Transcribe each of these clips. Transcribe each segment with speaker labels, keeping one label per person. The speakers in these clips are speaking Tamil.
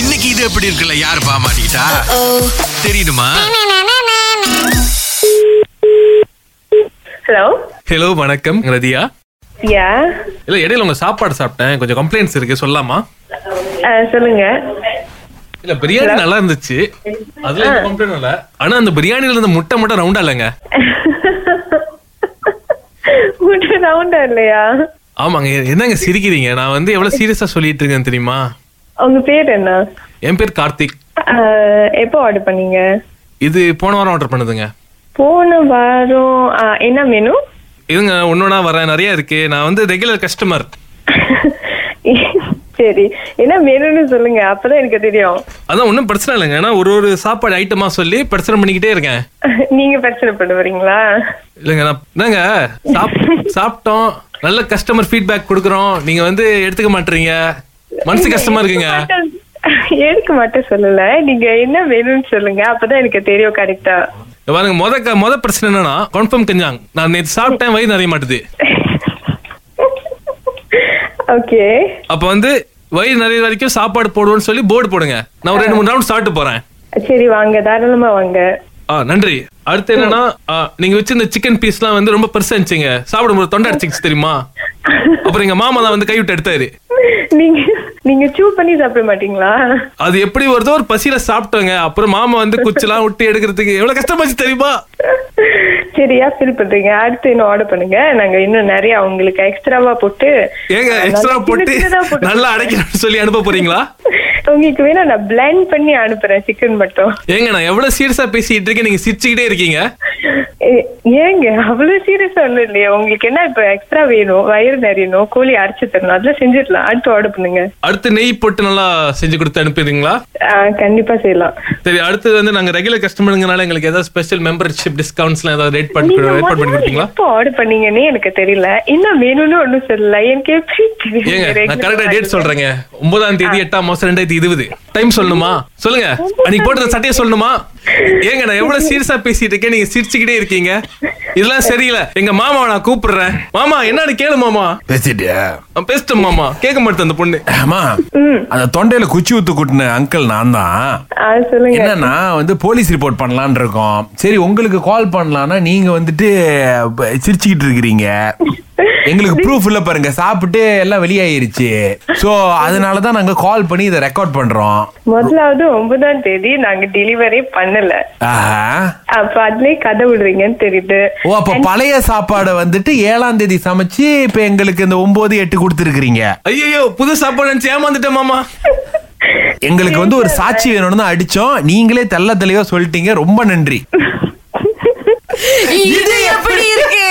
Speaker 1: இன்னைக்கு இது எப்படி இருக்குல்ல யாரு பாமாட்டா தெரியுமா
Speaker 2: ஹலோ
Speaker 3: ஹலோ வணக்கம் ரதியா
Speaker 2: யா
Speaker 3: இல்ல இடையில உங்க சாப்பாடு சாப்பிட்டேன் கொஞ்சம் கம்ப்ளைண்ட்ஸ் இருக்கு சொல்லாமா
Speaker 2: Uh, சொல்லுங்க
Speaker 3: இல்ல பிரியாணி நல்லா இருந்துச்சு அதுல கம்ப்ளைண்ட் இல்ல ஆனா அந்த பிரியாணில இருந்த முட்டை மட்டும் ரவுண்டா இல்லங்க
Speaker 2: உங்கள்கிட்ட ரவுண்டா இல்லையா
Speaker 3: ஆமாங்க என்னங்க சிரிக்கிறீங்க நான் வந்து எவ்வளவு சீரியஸா சொல்லிட்டு இருக்கேன் தெரியுமா
Speaker 2: உங்க பேர் என்ன
Speaker 3: என் பேர் கார்த்திக்
Speaker 2: அஹ், எப்போ ஆர்டர் பண்ணீங்க
Speaker 3: இது போன வாரம் ஆர்டர் பண்ணுதுங்க
Speaker 2: போன வாரம் அஹ், என்ன மெனு
Speaker 3: இதுங்க ஒன்னொன்னா வர நிறைய இருக்கு நான் வந்து ரெகுலர் கஸ்டமர்
Speaker 2: சரி என்ன மெனுன்னு சொல்லுங்க அப்பதான் எனக்கு தெரியும்
Speaker 3: அதான் ஒன்றும் பிரச்சனை இல்லைங்க ஏன்னா ஒரு ஒரு சாப்பாடு ஐட்டமா சொல்லி பிரச்சனை பண்ணிக்கிட்டே இருக்கேன்
Speaker 2: நீங்க பிரச்சனை பண்ணுவீங்களா
Speaker 3: இல்லைங்க நான் என்னங்க சாப்- சாப்பிட்டோம் நல்ல கஸ்டமர் ஃபீட்பேக் கொடுக்குறோம் நீங்க வந்து எடுத்துக்க மாட்டீங்க மனசு கஷ்டமா இருக்குங்க
Speaker 2: எடுக்க மட்டும் சொல்லல நீங்க என்ன வேணும்னு சொல்லுங்க அப்பதான் எனக்கு தெரியும் கரெக்டா
Speaker 3: இங்க பாருங்க மொத க- மொத பிரச்சனை என்னன்னா கன்ஃபார்ம் கஞ்சாங் நான் நேற்று சாப்பிட்டேன் வயிறு நிறைய மாட்டுது
Speaker 2: ஓகே
Speaker 3: அப்ப வந்து வயிறு நிறைய வரைக்கும் சாப்பாடு போடுவோம்னு சொல்லி போர்டு போடுங்க நான் ஒரு ரெண்டு மூணு ரவுண்ட் சாப்பிட்டு போறேன்
Speaker 2: சரி வாங்க தாராளமா வாங்க
Speaker 3: ஆ நன்றி அடுத்து என்னன்னா ஆ, நீங்க வச்சிருந்த சிக்கன் பீஸ்லாம் வந்து ரொம்ப பெருசா இருந்துச்சுங்க சாப்பிடும்போது தொண்டை அடிச்சிச்சு தெரியுமா அப்புறம் எங்க மாமா தான் வந்து கைவிட்டு எடுத்தாரு
Speaker 2: நீங்க நீங்க சூ பண்ணி சாப்பிட மாட்டீங்களா
Speaker 3: அது எப்படி வருதோ ஒரு பசியில சாப்பிட்டோங்க அப்புறம் மாமா வந்து குச்சிலாம் விட்டு எடுக்கிறதுக்கு எவ்வளவு கஷ்டமாச்சு தெரியுமா
Speaker 2: சரியா ஃபீல் பண்றீங்க அடுத்து இன்னும் ஆர்டர் பண்ணுங்க நாங்க இன்னும் நிறைய உங்களுக்கு எக்ஸ்ட்ராவா போட்டு
Speaker 3: ஏங்க
Speaker 2: நல்லா
Speaker 3: எக்ஸ்ட்ரா
Speaker 2: சின்ன
Speaker 3: போட்டு
Speaker 2: சின்னதா போட்டு
Speaker 3: நல்லா அடைக்கணும்னு சொல்லி அனுப்ப போறீங்களா
Speaker 2: உங்களுக்கு வேணா நான் பிளண்ட் பண்ணி அனுப்புறேன் சிக்கன் மட்டும்
Speaker 3: ஏங்க நான் எவ்வளவு சீரியஸா பேசிட்டு இருக்கேன் நீங்க சிரிச்சுக்கிட்டே இருக்கீங்க
Speaker 2: ஏ- ஏங்க அவ்வளவு சீரியஸா ஒண்ணும் இல்லையா உங்களுக்கு என்ன இப்ப எக்ஸ்ட்ரா வேணும் வயிறு நிறையணும் கோழி அரைச்சு தரணும் அதெல்லாம் செஞ்சிடலாம் அடுத்து ஆர்டர் பண்ணுங்க
Speaker 3: அடுத்து நெய் போட்டு நல்லா செஞ்சு கொடுத்து அனுப்பிடுறீங்களா
Speaker 2: ஆ, கண்டிப்பா செய்யலாம்
Speaker 3: சரி அடுத்து வந்து நாங்க ரெகுலர் கஸ்டமருங்கனால எங்களுக்கு ஏதாவது ஸ்பெஷல் மெம்பர்ஷிப் டிஸ்கவுண்ட்ஸ்லாம் ஏதாவது ரேட் பண்ணி
Speaker 2: நீங்க
Speaker 3: ரேட் பண்ணி
Speaker 2: முதல்ல
Speaker 3: கொடுப்பீங்களா
Speaker 2: எப்போ ஆர்டர் பண்ணீங்கன்னே எனக்கு தெரியல என்ன வேணும்னு ஒண்ணும் சொல்லல எனக்கு எப்படி தெரியும்?
Speaker 3: ஏங்க நான்
Speaker 2: regular
Speaker 3: கரெக்டா
Speaker 2: order.
Speaker 3: டேட் சொல்றேங்க ஒன்பதாம் தேதி எட்டாம் மாசம் ரெண்டாயிரத்தி இருபது டைம் சொல்லணுமா சொல்லுங்க அன்னைக்கு போட்டு சட்டையை சொல்லணுமா ஏங்க நான் எவ்வளவு சீரியஸா பேசிட்டு இருக்கேன் நீங்க சிரிச்சுக்கிட்டே இருக்கீங்க இதெல்லாம் சரியில்லை எங்க மாமாவை நான் கூப்பிடுறேன் மாமா என்னன்னு கேளு மாமா
Speaker 4: பேசிட்டியா
Speaker 3: நான் பேசிட்டேன் மாமா கேட்க மாட்டேன் அந்த பொண்ணு
Speaker 4: ஆமா அந்த தொண்டையில குச்சி ஊத்து கூட்டின அங்கிள் நான் தான்
Speaker 2: ஆ, சொல்லுங்க
Speaker 4: என்னன்னா வந்து போலீஸ் ரிப்போர்ட் பண்ணலாம்னு இருக்கோம் சரி உங்களுக்கு கால் பண்ணலாம்னா நீங்க வந்துட்டு ப- சிரிச்சுக்கிட்டு இருக்கிறீங்க எங்களுக்கு ப்ரூஃப் இல்ல பாருங்க சாப்பிட்டு எல்லாம் வெளியாயிருச்சு சோ அதனால தான் நாங்க கால் பண்ணி இதை ரெக்கார்ட் பண்றோம்
Speaker 2: முதலாவது ஒன்பதாம் தேதி நாங்க டெலிவரி பண்ணல
Speaker 4: ஆஹா.
Speaker 2: அப்ப அதுலயே கதை விடுறீங்கன்னு தெரியுது
Speaker 4: ஓ அப்ப பழைய சாப்பாடை வந்துட்டு ஏழாம் தேதி சமைச்சு இப்ப எங்களுக்கு இந்த ஒன்பது எட்டு கொடுத்துருக்கீங்க
Speaker 3: ஐயோ புது சாப்பாடு நினைச்சு ஏமாந்துட்டேன் மாமா
Speaker 4: எங்களுக்கு வந்து ஒரு சாட்சி வேணும்னு தான் அடிச்சோம் நீங்களே தெள்ள தெளிவா சொல்லிட்டீங்க ரொம்ப நன்றி
Speaker 5: இது எப்படி இருக்கு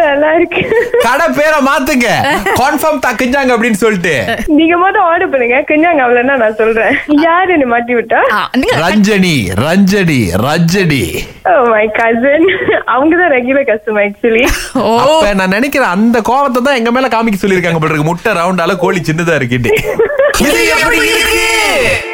Speaker 2: நல்லா இருக்கு
Speaker 4: கடை பேரை மாத்துங்க கன்ஃபார்ம் தக்குஞ்சாங்க அப்படின்னு சொல்லிட்டு
Speaker 2: நீங்க மொதல் ஆர்டர் பண்ணுங்க கொஞ்சம் அவ்வளவுனா நான் சொல்றேன் யாரு என்னை மாட்டி விட்டா
Speaker 5: ஆ, நீங்க
Speaker 4: ரஞ்சனி ரஞ்சனி ரஞ்சனி
Speaker 2: மை கசன் அவங்க தான் ரெகுலர் கஸ்டமர் ஆக்சுவலி
Speaker 5: ஓ
Speaker 4: அப்ப நான் நினைக்கிறேன் அந்த கோவத்தை தான் எங்க மேல காமிக்க சொல்லிருக்காங்க போல இருக்கு முட்டை ரவுண்டால கோழி சின்னதா இருக்குன்னு
Speaker 5: இது எப்படி இருக்கு